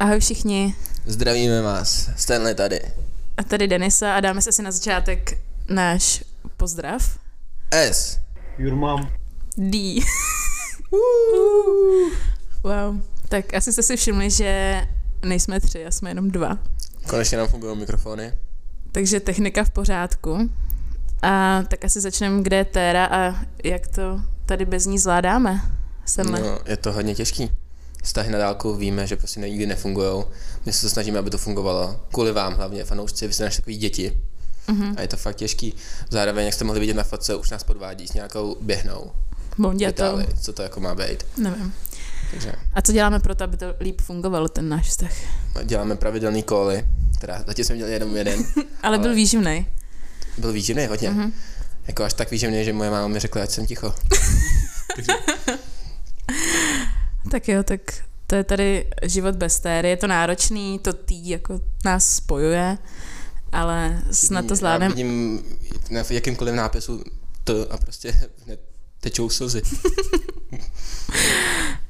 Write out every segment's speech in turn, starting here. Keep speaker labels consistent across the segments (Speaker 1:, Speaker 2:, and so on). Speaker 1: Ahoj všichni.
Speaker 2: Zdravíme vás, Stanley tady.
Speaker 1: A tady Denisa a dáme se si na začátek náš pozdrav.
Speaker 2: S.
Speaker 3: Your mom.
Speaker 1: D. wow. Tak asi jste si všimli, že nejsme tři a jsme jenom dva.
Speaker 2: Konečně nám fungují mikrofony.
Speaker 1: Takže technika v pořádku. A tak asi začneme, kde je Téra a jak to tady bez ní zvládáme. Semle.
Speaker 2: No, je to hodně těžký. Vztahy na dálku víme, že prostě nikdy nefungují. My se to snažíme, aby to fungovalo. Kvůli vám hlavně, fanoušci, vy jste naše takový děti.
Speaker 1: Mhm.
Speaker 2: A je to fakt těžký. Zároveň, jak jste mohli vidět na fotce, už nás podvádí s nějakou běhnou.
Speaker 1: Bondě to.
Speaker 2: Itáli, co to jako má být.
Speaker 1: Nevím.
Speaker 2: Takže
Speaker 1: A co děláme pro to, aby to líp fungovalo, ten náš vztah?
Speaker 2: děláme pravidelný koly, teda zatím jsme dělali jenom jeden.
Speaker 1: Ale byl
Speaker 2: Ale-
Speaker 1: výživný.
Speaker 2: Byl výživný hodně.
Speaker 1: Mhm.
Speaker 2: Mm-hmm. Jako až tak výživný, že moje máma mi řekla, ať jsem ticho.
Speaker 1: Tak jo, tak to je tady život bez téry. Je to náročný, to tý jako nás spojuje, ale snad to
Speaker 2: Já
Speaker 1: zvládneme.
Speaker 2: vidím na jakýmkoliv nápisu to a prostě hned tečou slzy.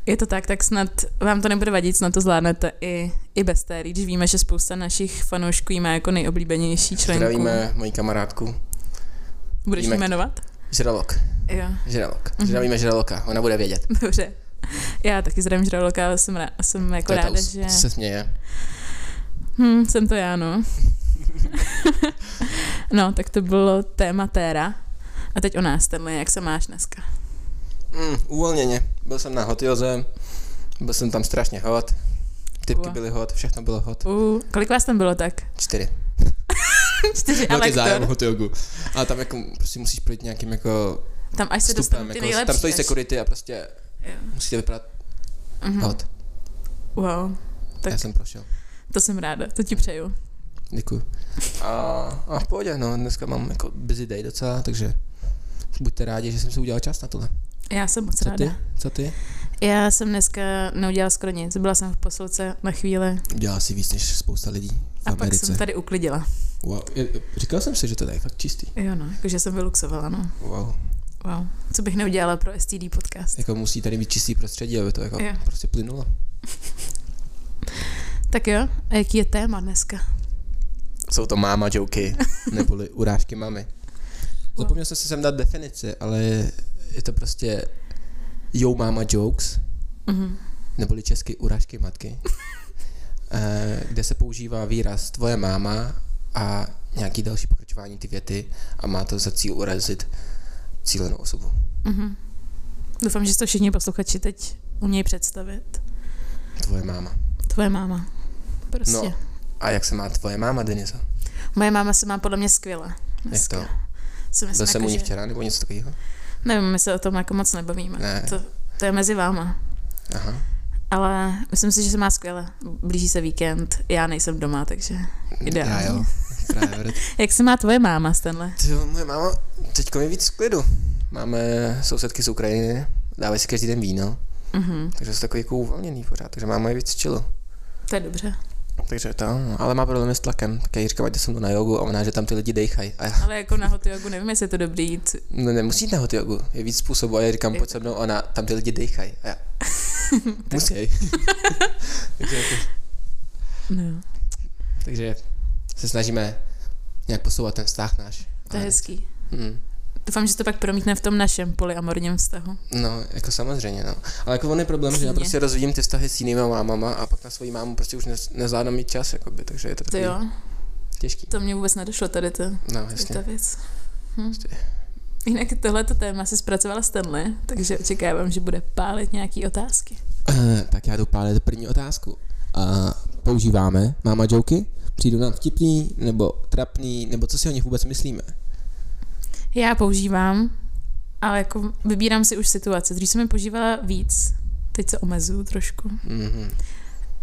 Speaker 1: Je to tak, tak snad vám to nebude vadit, snad to zvládnete i, i bez téry, když víme, že spousta našich fanoušků jí má jako nejoblíbenější členku.
Speaker 2: Zdravíme moji kamarádku.
Speaker 1: Budeš
Speaker 2: víme-
Speaker 1: jí jmenovat?
Speaker 2: Žralok.
Speaker 1: Jo,
Speaker 2: Žralok.
Speaker 1: Mhm.
Speaker 2: Zdravíme žraloka, ona bude vědět.
Speaker 1: dobře. Já taky zdravím žraloka, ale jsem, rá, jsem jako
Speaker 2: To je ta
Speaker 1: ráda,
Speaker 2: us-
Speaker 1: že...
Speaker 2: se směje.
Speaker 1: Hm, jsem to já, no. no, tak to bylo téma téra. A teď o nás, tenhle, jak se máš dneska?
Speaker 2: Mm, uvolněně. Byl jsem na hot Joze, byl jsem tam strašně hot. Typky
Speaker 1: Ua.
Speaker 2: byly hot, všechno bylo hot.
Speaker 1: Uh, kolik vás tam bylo tak?
Speaker 2: Čtyři.
Speaker 1: Čtyři a
Speaker 2: Velký zájem o
Speaker 1: lektor.
Speaker 2: hot jogu. A tam jako prostě musíš projít nějakým jako
Speaker 1: Tam až se dostanou
Speaker 2: stupem.
Speaker 1: ty
Speaker 2: Jako,
Speaker 1: nejlepší.
Speaker 2: tam stojí
Speaker 1: až-
Speaker 2: security a prostě
Speaker 1: Jo.
Speaker 2: musíte vypadat
Speaker 1: Mhm.
Speaker 2: hot.
Speaker 1: Wow, Tak.
Speaker 2: Já jsem prošel.
Speaker 1: to jsem ráda, to ti přeju.
Speaker 2: Děkuju. A, a v pohodě, no, dneska mám jako busy day docela, takže buďte rádi, že jsem si udělal čas na tohle.
Speaker 1: Já jsem moc
Speaker 2: Co
Speaker 1: ráda.
Speaker 2: ty? Co ty?
Speaker 1: Já jsem dneska neudělala skoro nic, byla jsem v posilce na chvíli
Speaker 2: Udělal si víc než spousta lidí v
Speaker 1: a pak jsem tady uklidila.
Speaker 2: Wow. Říkal jsem si, že to je fakt čistý.
Speaker 1: Jo no, jakože jsem vyluxovala, no.
Speaker 2: Wow.
Speaker 1: Wow, co bych neudělala pro STD podcast.
Speaker 2: Jako musí tady být čistý prostředí, aby to jako
Speaker 1: Jo.
Speaker 2: prostě plynulo.
Speaker 1: Tak jo, a jaký je téma dneska?
Speaker 2: Jsou to máma joky, neboli urážky mamy. Zapomněl jsem si sem dát definici, ale je to prostě yo máma jokes,
Speaker 1: Mhm.
Speaker 2: neboli česky urážky matky, eh, kde se používá výraz tvoje máma a nějaký další pokračování ty věty a má to za cíl urazit cílenou osobu.
Speaker 1: Mhm. Doufám, že si to všichni posluchači teď umějí představit.
Speaker 2: Tvoje máma.
Speaker 1: Tvoje máma. Prostě.
Speaker 2: No. A jak se má tvoje máma, Denisa?
Speaker 1: Moje máma se má podle mě skvěle.
Speaker 2: Jak to?
Speaker 1: Dneska. Si myslím,
Speaker 2: Byl jsem u
Speaker 1: jako,
Speaker 2: ní
Speaker 1: že...
Speaker 2: včera nebo něco takového?
Speaker 1: Nevím, my se o tom jako moc nebavíme.
Speaker 2: Ne.
Speaker 1: To, to je mezi váma.
Speaker 2: Aha.
Speaker 1: Ale myslím si, že se má skvěle. Blíží se víkend, já nejsem doma, takže
Speaker 2: Já
Speaker 1: ideální.
Speaker 2: jo. Právě.
Speaker 1: Jak se má tvoje máma, Stanley?
Speaker 2: Ty jo, moje máma, teďko je víc v klidu. Máme sousedky z Ukrajiny, dávají si každý den víno,
Speaker 1: Mhm,
Speaker 2: takže jsou takový jako uvolněný pořád, takže máma je víc chillu.
Speaker 1: to je dobře.
Speaker 2: Takže to, no. ale má problémy s tlakem, tak já jí říkám, ať jsem to na jogu a ona, že tam ty lidi dejchají. A já,
Speaker 1: Ale jako na hot jogu nevím, jestli je to dobrý jít.
Speaker 2: no nemusí jít na hot jogu, je víc způsobů a já říkám, pojď se mnou, a ona, tam ty lidi dejchají. A já, musí. takže, jako,
Speaker 1: No,
Speaker 2: takže se snažíme nějak posouvat ten vztah náš.
Speaker 1: to je
Speaker 2: Ale-
Speaker 1: hezký.
Speaker 2: Mm.
Speaker 1: Doufám, že se to pak promítne v tom našem polyamorním vztahu.
Speaker 2: No, jako samozřejmě, no. Ale jako on je problém, že já
Speaker 1: Jasně.
Speaker 2: prostě rozvíjím ty vztahy s jinýma mámama a pak na svoji mámu prostě už nez, nezvládám mít čas, jakoby, takže je to
Speaker 1: To
Speaker 2: takový
Speaker 1: jo,
Speaker 2: těžký.
Speaker 1: to mě vůbec nedošlo tady to,
Speaker 2: No,
Speaker 1: tady ta
Speaker 2: jasně.
Speaker 1: věc. Hm.
Speaker 2: Prostě.
Speaker 1: Jinak tohleto téma si zpracovala Stanley, takže očekávám, že bude pálit nějaký otázky.
Speaker 2: Eh, tak já jdu pálit první otázku. A používáme máma joky? Přijdu nám vtipný, nebo trapný, nebo co si o nich vůbec myslíme?
Speaker 1: Já používám, ale jako vybírám si už situace. Dřív jsem je používala víc, teď se omezuju trošku.
Speaker 2: Mm-hmm.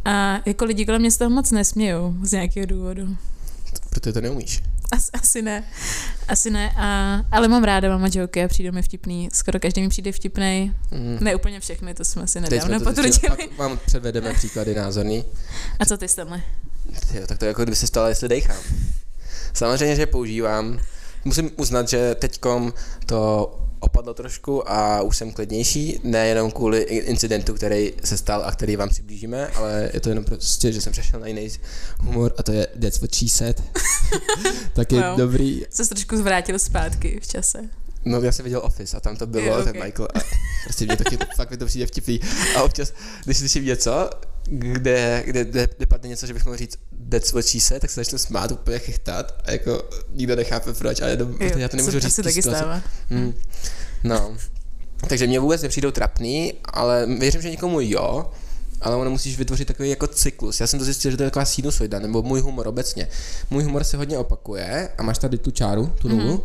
Speaker 1: A jako lidi kolem mě z toho moc nesmějou z nějakého důvodu.
Speaker 2: Protože to neumíš.
Speaker 1: As, asi ne, asi ne, a, ale mám ráda mama joky a přijde mi vtipný. Skoro každý mi přijde vtipný.
Speaker 2: Mm.
Speaker 1: Ne úplně všechny, to jsme asi
Speaker 2: Teď jsme
Speaker 1: nedávno
Speaker 2: to zjistili,
Speaker 1: potvrdili.
Speaker 2: pak vám předvedeme příklady názorný.
Speaker 1: A co ty, Stanley?
Speaker 2: Jo, tak to je jako kdyby se stalo, jestli dejchám. Samozřejmě, že používám Musím uznat, že teďkom to opadlo trošku a už jsem klidnější, nejenom kvůli incidentu, který se stal a který vám přiblížíme, ale je to jenom prostě, že jsem přešel na jiný humor a to je That's what she said. tak je
Speaker 1: Wow.
Speaker 2: dobrý.
Speaker 1: Se trošku zvrátil zpátky v čase.
Speaker 2: No já jsem viděl Office a tam to bylo,
Speaker 1: Jo,
Speaker 2: ten
Speaker 1: ok.
Speaker 2: Michael a prostě mě taky, fakt mi to přijde vtipný. A občas, když slyším něco, kde, kde, kde, kde padne něco, že bych mohl říct That's what she said, tak se začnu smát, úplně chechtat a jako nikdo nechápe proč, ale jenom,
Speaker 1: Jo,
Speaker 2: já to
Speaker 1: se
Speaker 2: nemůžu říct.
Speaker 1: Asi
Speaker 2: v té
Speaker 1: taky
Speaker 2: situaci.
Speaker 1: stává.
Speaker 2: Hmm. No. Takže mě vůbec nepřijdou trapný, ale věřím, že někomu jo, ale ono musíš vytvořit takový jako cyklus. Já jsem to zjistil, že to je taková sinusoida, nebo můj humor obecně. Můj humor se hodně opakuje a máš tady tu čáru, tu nulu,
Speaker 1: Mhm.
Speaker 2: mm-hmm.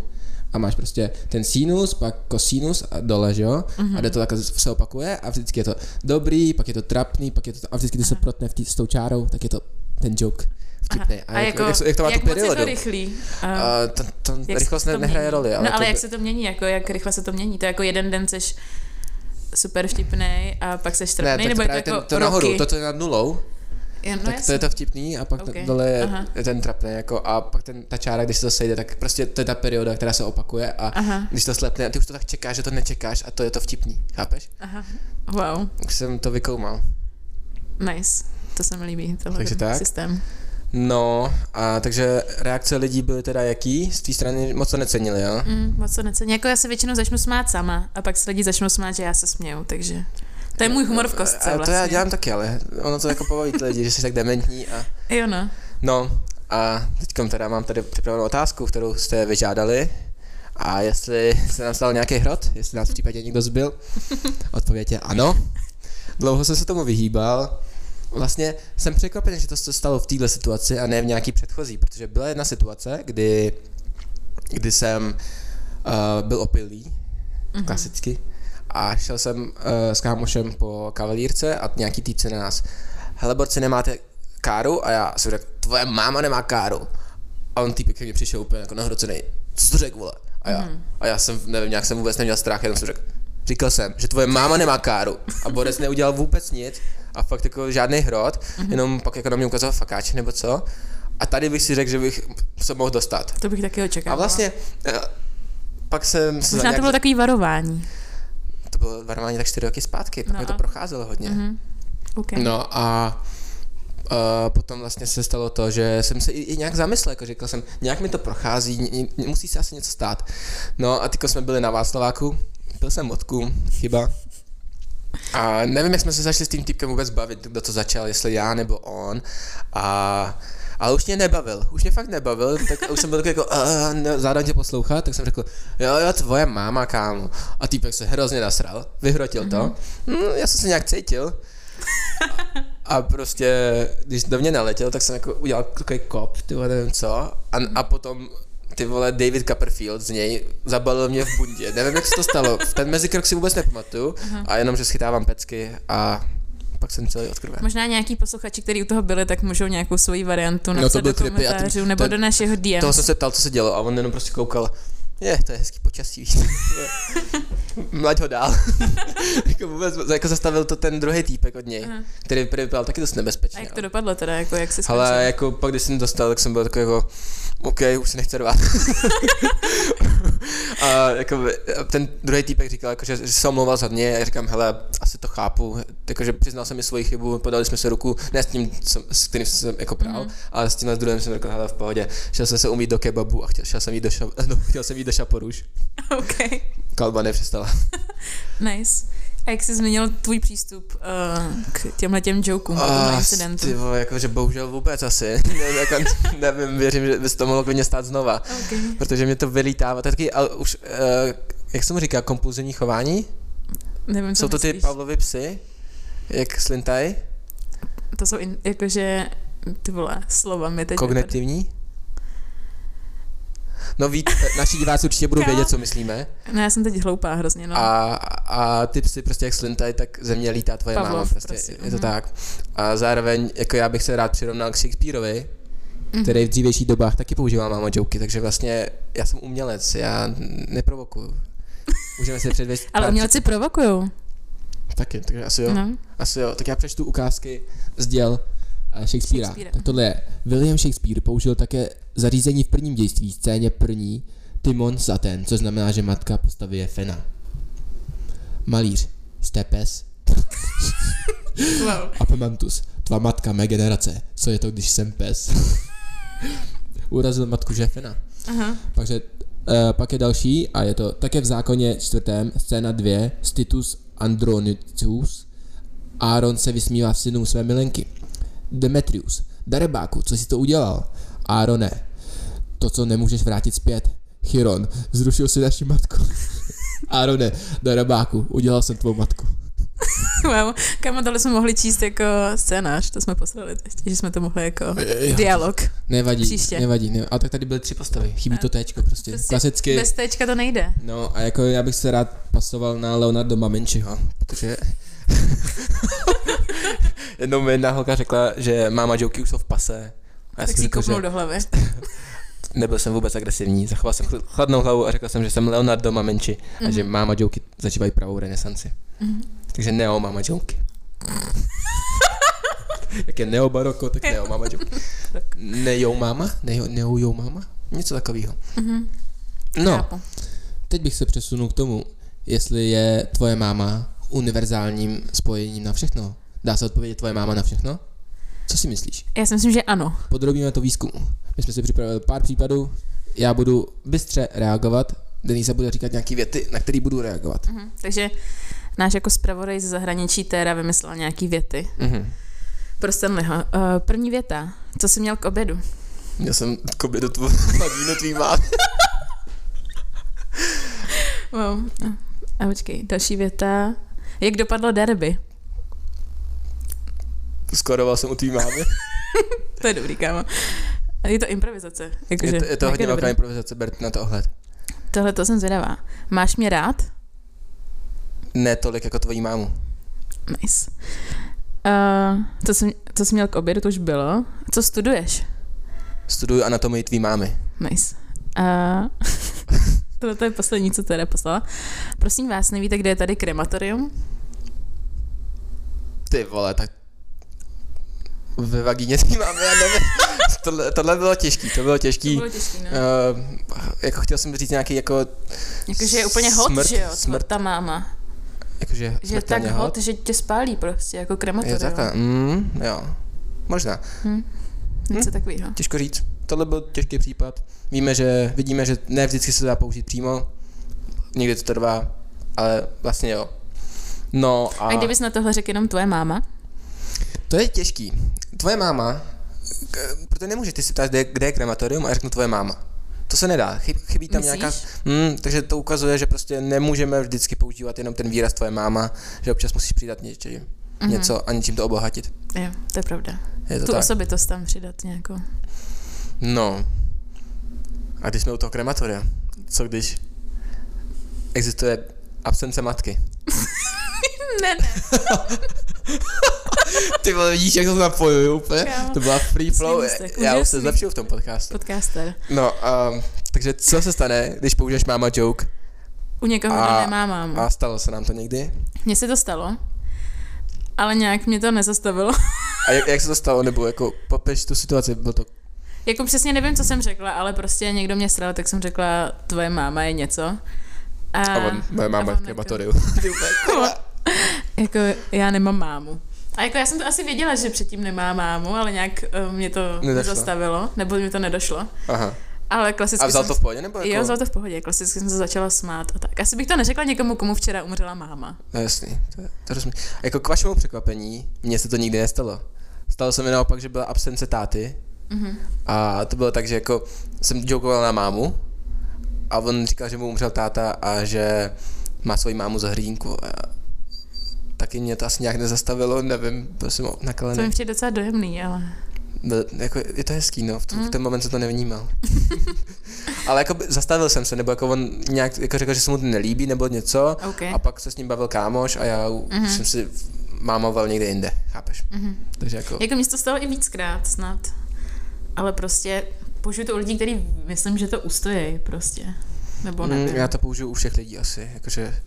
Speaker 2: a máš prostě ten sinus, pak kosinus a dole, že jo?
Speaker 1: Mhm.
Speaker 2: Mm-hmm. A jde to tak se opakuje a vždycky je to dobrý, pak je to trapný, pak je to a vždycky, když se protne v tý, s tou čárou, tak je to ten joke vtipný.
Speaker 1: A jako,
Speaker 2: jak, jak, to má
Speaker 1: jak
Speaker 2: tu
Speaker 1: moc je
Speaker 2: periodu?
Speaker 1: to rychlý? A,
Speaker 2: A to, to,
Speaker 1: jak se
Speaker 2: rychlost
Speaker 1: to
Speaker 2: ne, nehraje
Speaker 1: mění?
Speaker 2: roli. Ale
Speaker 1: no ale
Speaker 2: to,
Speaker 1: jak se to mění, jako jak rychle se to mění? To je jako jeden den seš super vtipnej a pak seš
Speaker 2: ne,
Speaker 1: trapnej,
Speaker 2: tak
Speaker 1: nebo je to
Speaker 2: právě
Speaker 1: jako
Speaker 2: ten, to
Speaker 1: roky?
Speaker 2: nahoru, to, co je nad nulou,
Speaker 1: Jo, no
Speaker 2: tak to
Speaker 1: jasně.
Speaker 2: je to vtipný a pak
Speaker 1: Ok,
Speaker 2: okay. dole je
Speaker 1: aha.
Speaker 2: ten trapný jako a pak ten, ta čára, když se to sejde, tak prostě to je ta perioda, která se opakuje a
Speaker 1: Aha,
Speaker 2: když to slepne, ty už to tak čekáš, že to nečekáš a to je to vtipný, chápeš?
Speaker 1: aha, wow,
Speaker 2: Už jsem to vykoumal.
Speaker 1: nice. To se mi líbí, tenhle
Speaker 2: Takže
Speaker 1: ten
Speaker 2: tak.
Speaker 1: systém.
Speaker 2: No a takže reakce lidí byly teda jaký? Z té strany moc to necenili, jo?
Speaker 1: Mm, moc to necení. Jako já se většinou začnu smát sama a pak se lidi začnou smát, že já se směju, takže to je můj humor v kostce
Speaker 2: a to
Speaker 1: vlastně.
Speaker 2: já dělám taky, ale ono to jako pobaví ty lidi, že jsi tak dementní a
Speaker 1: Jo no,
Speaker 2: No a teď teda mám tady připravenou otázku, kterou jste vyžádali. A jestli se nám stal nějaký hrot, jestli nás v případě někdo zbyl, odpověď je ano. Dlouho jsem se tomu vyhýbal. Vlastně jsem překvapen, že to se stalo v této situaci a ne v nějaký předchozí, protože byla jedna situace, kdy, kdy jsem uh, byl opilý, mm-hmm. klasicky, a šel jsem uh, s kámošem po kavalírce a nějaký týpce na nás. Hele, borci, nemáte káru? A já jsem řekl, tvoje máma nemá káru. A on týpek ke mně přišel úplně jako nahrocený. Co jsi to řekl, vole? A já, mm. a já jsem, nevím, nějak jsem vůbec neměl strach, jenom jsem řekl, říkal jsem, že tvoje máma nemá káru. A Borec neudělal vůbec nic a fakt jako žádný hrot, mm-hmm. jenom pak jako na mě ukazoval fakáč nebo co. A tady bych si řekl, že bych se mohl dostat.
Speaker 1: to bych taky očekávala.
Speaker 2: A vlastně eh, pak jsem se
Speaker 1: no. Možná to bylo takový varování.
Speaker 2: to bylo normálně tak čtyři roky zpátky, pak
Speaker 1: No
Speaker 2: no. mi to
Speaker 1: a- Mhm.
Speaker 2: procházelo hodně. Mm-hmm.
Speaker 1: Okay.
Speaker 2: No a Uh, potom vlastně se stalo to, že jsem se i, i nějak zamyslel, jako říkal jsem, nějak mi to prochází, ni- ni- musí se asi něco stát. No a teďko jsme byli na Václaváku, pil jsem vodku, chyba. A nevím, jak jsme se začali s tím typkem vůbec bavit, kdo to začal, jestli já nebo on. A, ale už mě nebavil, už mě fakt nebavil, tak už jsem byl takový jako, "Eh, ne, zároveň tě poslouchat, tak jsem řekl, jo, jo, tvoje máma, kámo. A týpek se hrozně nasral, vyhrotil to. Mm, já jsem se nějak cítil, a prostě, když do mě naletěl, tak jsem jako udělal takový kop, ty vole, nevím co. A, a potom ty vole David Copperfield z něj zabalil mě v bundě. Nevím, jak se to stalo. V ten mezikrok si vůbec nepamatuju a jenom, že schytávám pecky a pak jsem celý od krve.
Speaker 1: Možná nějaký posluchači, kteří u toho byli, tak můžou nějakou svoji variantu
Speaker 2: No, to
Speaker 1: napsat
Speaker 2: byl
Speaker 1: do
Speaker 2: creepy a ten-
Speaker 1: komentářů nebo
Speaker 2: ten-
Speaker 1: do našeho DM.
Speaker 2: Toho jsem se ptal, co se dělo a on jenom prostě koukal. Je, to je hezký počasí, víš. Mlaď ho dál. jako vůbec, jako zastavil to ten druhý týpek od něj,
Speaker 1: Aha.
Speaker 2: který vypadal taky dost
Speaker 1: A
Speaker 2: nebezpečně.
Speaker 1: jak
Speaker 2: ale-
Speaker 1: to dopadlo teda, jako jak se skončilo?
Speaker 2: Ale jako pak, když jsem dostal, tak jsem byl takový jako, OK, už se nechce rvát. a jako by- a ten druhý týpek říkal, jako, že, že se omlouval za mě, a já říkám, hele, asi to chápu, jakože přiznal jsem mi svoji chybu, podali jsme se ruku, ne s tím, co, s kterým jsem jako prál, mm-hmm. ale s tím s druhým jsem řekl, hele, v pohodě, šel jsem se umít do kebabu a chtěl, šel jsem jít do, ša, no, chtěl jsem jít do šaporuš.
Speaker 1: OK,
Speaker 2: Kalba nepřestala.
Speaker 1: nice. A jak jsi změnil tvůj přístup uh, k těmhle těm jokům, k
Speaker 2: A,
Speaker 1: tomu incidentu?
Speaker 2: Ah, Ty vole, jakože bohužel vůbec asi. nevím, jako, nevím, věřím, že by se to mohlo klidně stát znova.
Speaker 1: Okay.
Speaker 2: protože mě to vylítává. To je taky, ale už, uh, jak jsem říká, kompulzivní chování?
Speaker 1: Nevím, co
Speaker 2: Jsou to ty
Speaker 1: myslíš.
Speaker 2: Pavlovy psy? Jak slintaj?
Speaker 1: To jsou in, jakože, ty vole, slova mi teď
Speaker 2: Kognitivní? No ví, naši diváci určitě budou vědět, co myslíme.
Speaker 1: vypadá- No já jsem teď hloupá hrozně, no.
Speaker 2: A, a ty psy prostě jak slintaj, tak ze mě lítá tvoje
Speaker 1: Pavlov,
Speaker 2: máma. Prostě,
Speaker 1: prostě,
Speaker 2: je to
Speaker 1: mhm.
Speaker 2: tak. A zároveň, jako já bych se rád přirovnal k Shakespeareovi,
Speaker 1: Mhm.
Speaker 2: který v dřívějších dobách taky používal máma joky, takže vlastně já jsem umělec, já neprovokuju. Můžeme si předvěst.
Speaker 1: Ale umělci provokujou,
Speaker 2: Taky, takže asi jo.
Speaker 1: no.
Speaker 2: Asi jo, tak já přečtu ukázky z děl eh, Shakespearea.
Speaker 1: Shakespearea.
Speaker 3: Tak tohle je. William Shakespeare použil také zařízení v prvním dějství, scéně první,
Speaker 2: Timon Saten, což znamená, že matka postavy je Fena. Malíř, Stepes
Speaker 1: Wow.
Speaker 2: Apemantus, tvá matka mé generace, co je to, když jsem pes? Urazil matku Žefena.
Speaker 1: Aha.
Speaker 2: Takže eh, pak je další a je to také v zákoně čtvrtém, scéna 2, Titus Andronitus. Aaron se vysmívá v synům své milenky. Demetrius, darebáku, co jsi to udělal? Aarone, to, co nemůžeš vrátit zpět. Chiron, zrušil si naši matku. Aarone, darebáku, udělal jsem tvou matku.
Speaker 1: Wow. Kámo, tohle jsme mohli číst jako scénář, to jsme poslali teď, že jsme to mohli jako dialog.
Speaker 2: Nevadí,
Speaker 1: Příště.
Speaker 2: nevadí, nevadí. A tak tady byly tři postavy, chybí to téčko prostě,
Speaker 1: Prostě
Speaker 2: klasicky.
Speaker 1: Bez tečka to nejde.
Speaker 2: No a jako já bych se rád pasoval na Leonardo Mamenčiho, protože jednou mi jedna holka řekla, že máma Joky už jsou v pase. A
Speaker 1: Tak
Speaker 2: já jsem
Speaker 1: si ji
Speaker 2: řekl, že
Speaker 1: kopnul do hlavy.
Speaker 2: nebyl jsem vůbec agresivní, zachoval jsem chl- chladnou hlavu a řekl jsem, že jsem Leonardo Mamenči a že máma Joky zažívají pravou renesanci. Takže neo máma Joky. Jak je neo baroko, tak neo máma Joky. Neo máma? Neo, neo jo máma? Něco takového. No,
Speaker 1: Chápu.
Speaker 2: Teď bych se přesunul k tomu, jestli je tvoje máma univerzálním spojením na všechno. Dá se odpovědět tvoje máma na všechno? Co si myslíš?
Speaker 1: Já si myslím, že ano.
Speaker 2: Podrobíme to výzkumu. My jsme si připravili pár případů, já budu bystře reagovat, Denisa bude říkat nějaké věty, na které budu reagovat.
Speaker 1: Mhm. Takže náš jako zpravodaj ze zahraničí Téra vymyslel nějaký věty.
Speaker 2: Mhm.
Speaker 1: Pro Stanleyho. Uh, první věta. Co jsi měl k obědu?
Speaker 2: Já jsem koby do tvoje víno tvý mámy.
Speaker 1: Wow. Eh, A počkej, další věta. Jak dopadlo derby?
Speaker 2: Skoroval jsem u tvý mámy.
Speaker 1: To je dobrý, kámo. Je to improvizace. Jakože,
Speaker 2: Je to, je to
Speaker 1: tak
Speaker 2: hodně
Speaker 1: dobrý.
Speaker 2: velká improvizace, berte na to ohled.
Speaker 1: Tohle to jsem zvědavá. Máš mě rád?
Speaker 2: Ne tolik jako tvojí mámu.
Speaker 1: Nice. Uh, co, jsi, co jsi měl k obědu, to už bylo. Co studuješ?
Speaker 2: Studuju anatomii tvý mámy.
Speaker 1: Nice. Uh, tohle to je poslední, co teda poslala. Prosím vás, nevíte, kde je tady krematorium?
Speaker 2: Ty vole, tak ve vagíně s ním máme, já nevím. tohle, tohle bylo těžký, to bylo těžký.
Speaker 1: těžké,
Speaker 2: Uh, jako chtěl jsem říct nějaký jako,
Speaker 1: Jakože je úplně hot,
Speaker 2: smrt-
Speaker 1: že jo,
Speaker 2: smrt-
Speaker 1: smrt. ta máma.
Speaker 2: jakože
Speaker 1: Že je tak hot, hot, že tě spálí prostě, jako krematorium.
Speaker 2: Je takhle, mm, jo, možná,
Speaker 1: Něco
Speaker 2: Hm?
Speaker 1: takového.
Speaker 2: těžko říct. Tohle byl těžký případ. Víme, že vidíme, že ne vždycky se to dá použít přímo, někdy to trvá, ale vlastně jo. No a...
Speaker 1: A kdybys na tohle řekl jenom tvoje máma?
Speaker 2: To je těžký. Tvoje máma, k- proto nemůžeš ty si ptát, kde, kde je krematorium a já řeknu tvoje máma. To se nedá, Chyb, chybí tam
Speaker 1: Myslíš?
Speaker 2: nějaká... Hmm, takže to ukazuje, že prostě nemůžeme vždycky používat jenom ten výraz tvoje máma, že občas musíš přidat něče, mm-hmm. něco a něčím to obohatit.
Speaker 1: Mhm. Jo, to je pravda.
Speaker 2: Je to
Speaker 1: Mhm. Tu
Speaker 2: tak.
Speaker 1: osobitost tam přidat nějakou.
Speaker 2: No. A když jsme u toho krematoria, co když existuje absence matky?
Speaker 1: ne, ne,
Speaker 2: Ty vole, vidíš, jak to napojuju úplně?
Speaker 1: Kámo.
Speaker 2: To byla free flow,
Speaker 1: Myslím si,
Speaker 2: já už se
Speaker 1: úžasný.
Speaker 2: zlepšil v tom podcastu.
Speaker 1: podcaster.
Speaker 2: No, um, takže co se stane, když použiješ máma joke?
Speaker 1: U někoho, kdo
Speaker 2: A-
Speaker 1: nemá mámu.
Speaker 2: A stalo se nám to někdy?
Speaker 1: Mně se to stalo, ale nějak mě to nezastavilo.
Speaker 2: A jak, jak se to stalo? Nebo jako popiš tu situaci, byl to...
Speaker 1: Jako přesně nevím, co jsem řekla, ale prostě někdo mě sral, tak jsem řekla, tvoje máma je něco. A,
Speaker 2: A on, moje máma
Speaker 1: a on
Speaker 2: je v
Speaker 1: jako-
Speaker 2: krematoriu. Ty úplně, kurva.
Speaker 1: Jako já nemám mámu. A jako já jsem to asi věděla, že předtím nemá mámu, ale nějak eh, mě to
Speaker 2: Nedošlo.
Speaker 1: zastavilo, nebo mi to nedošlo.
Speaker 2: Aha.
Speaker 1: Ale klasicky
Speaker 2: A vzal
Speaker 1: jsem...
Speaker 2: to v pohodě, nebo jako...
Speaker 1: Jo, vzal to v pohodě, klasicky jsem se začala smát a tak. Asi bych to neřekla někomu, komu včera umřela máma.
Speaker 2: No jasný, to, to rozumím. A jako k vašemu překvapení, mně se to nikdy nestalo. Stalo se mi naopak, že byla absence táty. Mm-hmm. A to bylo tak, že jako jsem jokoval na mámu a on říkal, že mu umřel táta a že má svoji mámu za hrdinku. A taky mě to asi nějak nezastavilo, nevím, byl jsem
Speaker 1: To mi
Speaker 2: nakalený.
Speaker 1: přijde docela dojemný, ale...
Speaker 2: Byl, jako, je to hezký, no, v, tom, v ten moment jsem to nevnímal. Ale jako by- zastavil jsem se, nebo jako on nějak jako řekl, že se mu to nelíbí, nebo něco.
Speaker 1: Okay.
Speaker 2: A pak se s ním bavil kámoš a já mm-hmm. jsem si mámoval někde jinde, chápeš? Mm-hmm. Takže jako,
Speaker 1: Jako mně se to stalo i víckrát snad. Ale prostě použiju to u lidí, kteří myslím, že to ustojí prostě. Nebo
Speaker 2: mm,
Speaker 1: nevím.
Speaker 2: já to použiju u všech lidí asi, jakože...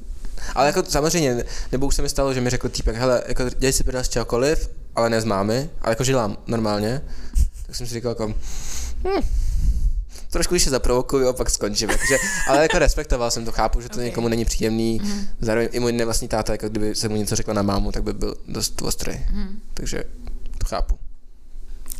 Speaker 2: Ale jako samozřejmě, nebo už se mi stalo, že mi řekl týpek, hele, jako dělej si prdel z čehokoliv, ale ne z mámy, ale jako žilám normálně. Tak jsem si říkal jako, hm, trošku když se zaprovokuju a pak skončím. Takže, ale jako respektoval jsem to, chápu, že to
Speaker 1: Ok.
Speaker 2: okay. někomu není příjemný. Mm. Zároveň i můj nevlastní táta, jako kdyby se mu něco řekla na mámu, tak by byl dost ostrý.
Speaker 1: Mhm.
Speaker 2: Takže to chápu.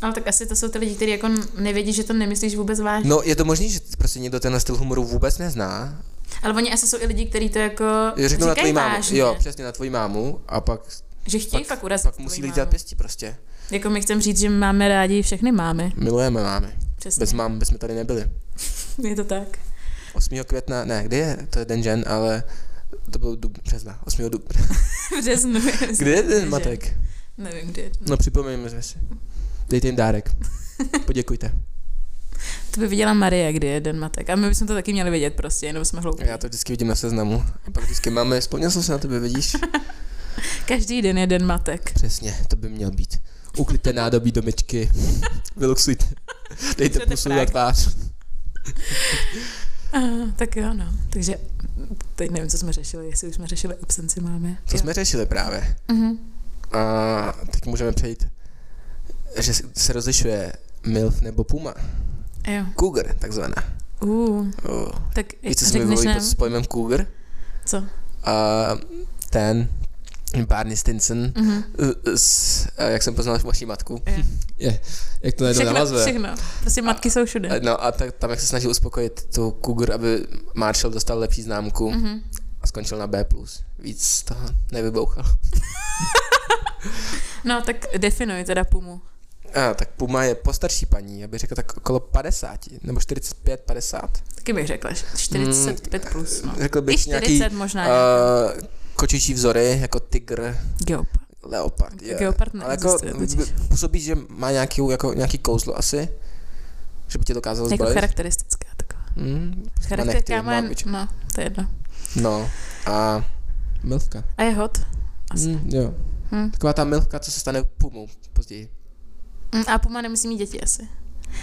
Speaker 1: Ale tak asi to jsou ty lidi, kteří jako nevědí, že to nemyslíš vůbec vážně.
Speaker 2: No, je to možné, že prostě někdo tenhle styl humoru vůbec nezná.
Speaker 1: Ale oni asi jsou i lidi, kteří to jako
Speaker 2: Jo, Řeknou na
Speaker 1: říkají
Speaker 2: tvoji mámu.
Speaker 1: vážně,
Speaker 2: Jo, přesně na tvoji mámu a pak,
Speaker 1: že chtějí pak,
Speaker 2: pak
Speaker 1: urazit
Speaker 2: pak
Speaker 1: tvoji
Speaker 2: musí
Speaker 1: mámu.
Speaker 2: lítat pěstí prostě.
Speaker 1: Jako my chceme říct, že máme rádi všechny máme.
Speaker 2: Milujeme máme.
Speaker 1: Přesně.
Speaker 2: Bez mám, bez jsme tady nebyli.
Speaker 1: Je to tak.
Speaker 2: 8. května, ne, kdy je? To je den žen, ale to byl dub, března, 8. dub.
Speaker 1: V březnu.
Speaker 2: Kde je ten
Speaker 1: Že-
Speaker 2: matek?
Speaker 1: Nevím, kde je.
Speaker 2: No připomeňme si. Dejte jim dárek. Poděkujte.
Speaker 1: To by viděla Marie, kdy je den matek. A my bychom to taky měli vědět prostě, jenom jsme hloupí.
Speaker 2: Já to vždycky vidím na seznamu. A pak vždycky máme, vzpomněl jsem se na tebe, vidíš?
Speaker 1: Každý den je den matek.
Speaker 2: Přesně, to by měl být. Uklidte nádobí do myčky. Vyluxujte. Dejte
Speaker 1: Utřete
Speaker 2: pusu na
Speaker 1: prach.
Speaker 2: tvář.
Speaker 1: A, tak jo, no. Takže teď nevím, co jsme řešili, jestli už jsme řešili absenci máme.
Speaker 2: Co jsme řešili právě.
Speaker 1: Mhm.
Speaker 2: A teď můžeme přejít, že se rozlišuje MILF nebo Puma.
Speaker 1: Jo.
Speaker 2: Cougar, takzvaná.
Speaker 1: Uh,
Speaker 2: Oh.
Speaker 1: tak
Speaker 2: Víte, co jsme
Speaker 1: řekneš
Speaker 2: vyvolili
Speaker 1: nám,
Speaker 2: pod s pojmem Cougar?
Speaker 1: co?
Speaker 2: A ten Barney Stinson,
Speaker 1: Mhm.
Speaker 2: eh, s, eh, jak jsem poznal vaši matku.
Speaker 1: Jo.
Speaker 2: Je, jak to najednou
Speaker 1: Všechno,
Speaker 2: navazuje.
Speaker 1: všechno. Prostě matky jsou všude.
Speaker 2: Eh, No a tak, tam, jak se snažil uspokojit tu Cougar, aby Marshall dostal lepší známku
Speaker 1: Mhm.
Speaker 2: a skončil na B+. Víc z toho nevybouchal.
Speaker 1: No, tak definuj teda Pumu.
Speaker 2: A, tak Puma je postarší paní, já bych řekl tak okolo 50, nebo 45, 50.
Speaker 1: Taky bych řekla, že 45 plus, no.
Speaker 2: Řekl
Speaker 1: I
Speaker 2: Hmm. bych
Speaker 1: 40
Speaker 2: nějaký
Speaker 1: možná. Uh,
Speaker 2: uh, kočičí vzory, jako tygr,
Speaker 1: Geop.
Speaker 2: leopard. Je.
Speaker 1: Geopard
Speaker 2: Ale jako,
Speaker 1: neexistuje, totiž.
Speaker 2: b- působí, že má nějaký, jako, nějaký kouzlo asi, že by tě dokázal
Speaker 1: Jako
Speaker 2: zbalit.
Speaker 1: charakteristická taková.
Speaker 2: Hmm,
Speaker 1: Charakteristická
Speaker 2: nechty,
Speaker 1: má,
Speaker 2: má bič.
Speaker 1: no, to je jedno.
Speaker 2: no a milvka.
Speaker 1: A je hot? Asi.
Speaker 2: Mm, jo.
Speaker 1: Hm.
Speaker 2: Taková ta milvka, co se stane pumou později.
Speaker 1: Mm, A Puma nemusí mít děti asi.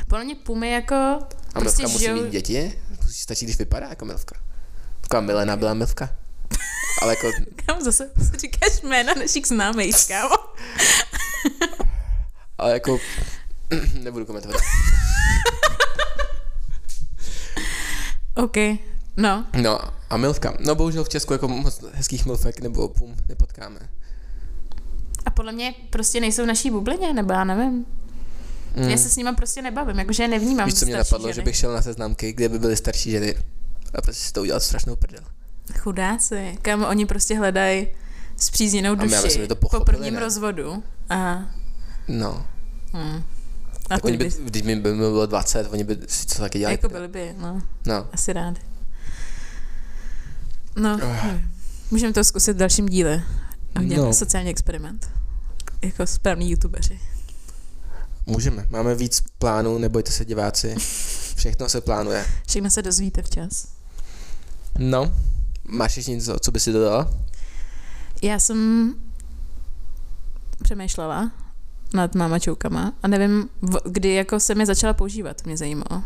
Speaker 1: Podle mě Pumy jako...
Speaker 2: A
Speaker 1: Prostě
Speaker 2: milvka musí
Speaker 1: žijou-
Speaker 2: mít děti? Stačí, když vypadá jako milvka. Taková Milena byla milvka. Ale jako,
Speaker 1: Kam zase si říkáš jména našich známých, kámo?
Speaker 2: ale jako nebudu komentovat.
Speaker 1: OK, no.
Speaker 2: No a milvka. No bohužel v Česku jako moc hezkých milvek nebo pum nepotkáme.
Speaker 1: A podle mě prostě nejsou v naší bublině, nebo já nevím.
Speaker 2: Mm.
Speaker 1: Já se s nima prostě nebavím, jakože je nevnímám.
Speaker 2: Víš, co mě
Speaker 1: starší
Speaker 2: napadlo,
Speaker 1: ženy.
Speaker 2: že bych šel na seznamky, kde by byly starší ženy a prostě si to udělat strašnou prdel.
Speaker 1: Chudáci, kam oni prostě hledají zpřízněnou
Speaker 2: A my,
Speaker 1: duši
Speaker 2: aby jsme to
Speaker 1: po
Speaker 2: pochopili,
Speaker 1: prvním
Speaker 2: ne?
Speaker 1: rozvodu. A,
Speaker 2: No,
Speaker 1: hm. a
Speaker 2: tak oni by,
Speaker 1: by,
Speaker 2: když mi by mi bylo 20, oni by si to taky
Speaker 1: a
Speaker 2: dělali.
Speaker 1: jako byli by, no,
Speaker 2: No,
Speaker 1: asi rádi. No,
Speaker 2: Ah.
Speaker 1: nevím. můžeme to zkusit v dalším díle. Uděláme
Speaker 2: No.
Speaker 1: sociální experiment. Jako správní youtubeři.
Speaker 2: můžeme. Máme víc plánů, nebojte se diváci. Všechno se plánuje.
Speaker 1: Všechno se dozvíte včas.
Speaker 2: No, máš ještě něco, co by si dodala?
Speaker 1: Já jsem přemýšlela nad máma čoukama a nevím, v- kdy jako jsem je začala používat, mě zajímalo.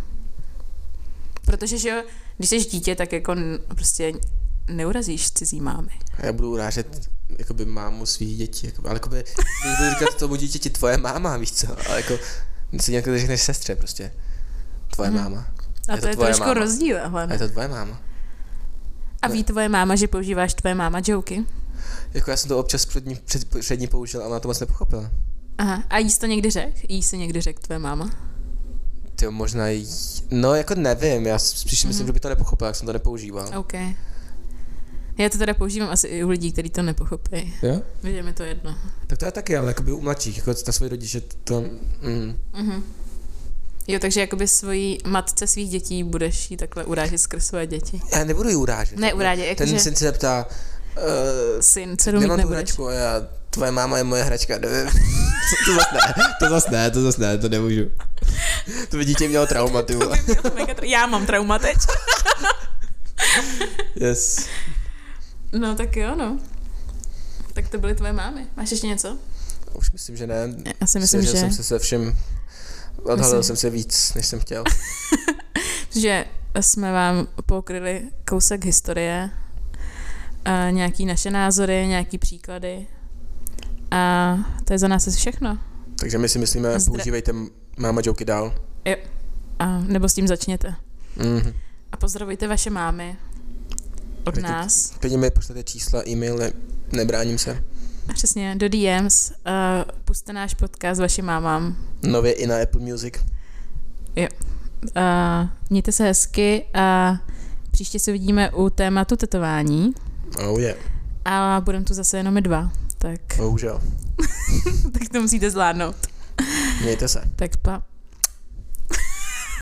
Speaker 1: Protože, že jo, když jsi dítě, tak jako n- prostě neurazíš cizí mámy.
Speaker 2: Já budu urážet jakoby mámu svých dětí, jakoby, ale jakoby, když budu říkat tomu dítěti tvoje máma, víš co, ale jako si nějak řekneš sestře prostě. Tvoje
Speaker 1: Mhm.
Speaker 2: máma.
Speaker 1: A
Speaker 2: Je
Speaker 1: to,
Speaker 2: to
Speaker 1: je
Speaker 2: tvoje
Speaker 1: trošku
Speaker 2: máma.
Speaker 1: rozdíl,
Speaker 2: A
Speaker 1: hlavně.
Speaker 2: je to tvoje máma.
Speaker 1: A ví tvoje máma, že používáš tvoje máma joky?
Speaker 2: Jako já jsem to občas před ní, před, před ní použil a ona to moc nepochopila.
Speaker 1: Aha, a jí jsi to někdy řek? Jí si někdy řek tvoje máma?
Speaker 2: Ty možná jí... No jako nevím, já spíš si myslím,
Speaker 1: Mhm.
Speaker 2: že by to nepochopila, jak jsem to nepoužíval.
Speaker 1: OK. Já to teda používám asi i u lidí, kteří to nepochopí.
Speaker 2: Jo?
Speaker 1: Vidíme mi to jedno.
Speaker 2: Tak to je taky, ale jakoby u mladších, jako na svoji rodiče to... Mm.
Speaker 1: Mhm. Jo, takže jakoby svojí matce svých dětí budeš jí takhle urážet skrz své děti.
Speaker 2: Já nebudu ji urážet.
Speaker 1: Ne, urážet,
Speaker 2: Ten
Speaker 1: jakože
Speaker 2: že... syn se zeptá, uh,
Speaker 1: syn, dceru mít
Speaker 2: nemám tu
Speaker 1: nebudeš.
Speaker 2: hračku a já, tvoje máma je moje hračka, nevím. to, to zas ne, to zas ne, to zas ne, to nemůžu. to by dítě mělo trauma, ty vole.
Speaker 1: Mega tra- Já mám trauma teď.
Speaker 2: Yes.
Speaker 1: No tak jo, no. Tak to byly tvoje mámy. Máš ještě něco?
Speaker 2: Už myslím, že ne.
Speaker 1: Já si myslím,
Speaker 2: Snažil
Speaker 1: že,
Speaker 2: jsem se se všem, odhalil
Speaker 1: Myslím-
Speaker 2: jsem se víc, než jsem chtěl.
Speaker 1: že jsme vám pokryli kousek historie, a nějaký naše názory, nějaký příklady. A to je za nás asi všechno.
Speaker 2: Takže my si myslíme,
Speaker 1: Zdra-
Speaker 2: používejte máma joky dál.
Speaker 1: a, nebo s tím začněte.
Speaker 2: Mhm.
Speaker 1: A pozdravujte vaše mámy od
Speaker 2: Pěkně.
Speaker 1: nás.
Speaker 2: Klidně mi pošlete čísla, e-mail, ne, nebráním se.
Speaker 1: Přesně, do DMs. Uh, puste náš podcast vašim mámám.
Speaker 2: Nově i na Apple Music.
Speaker 1: Uh, mějte se hezky a příště se vidíme u tématu tetování.
Speaker 2: Oh yeah,
Speaker 1: A budeme tu zase jenom my dva. Tak,
Speaker 2: bohužel.
Speaker 1: tak to musíte zvládnout.
Speaker 2: Mějte se.
Speaker 1: Tak pa.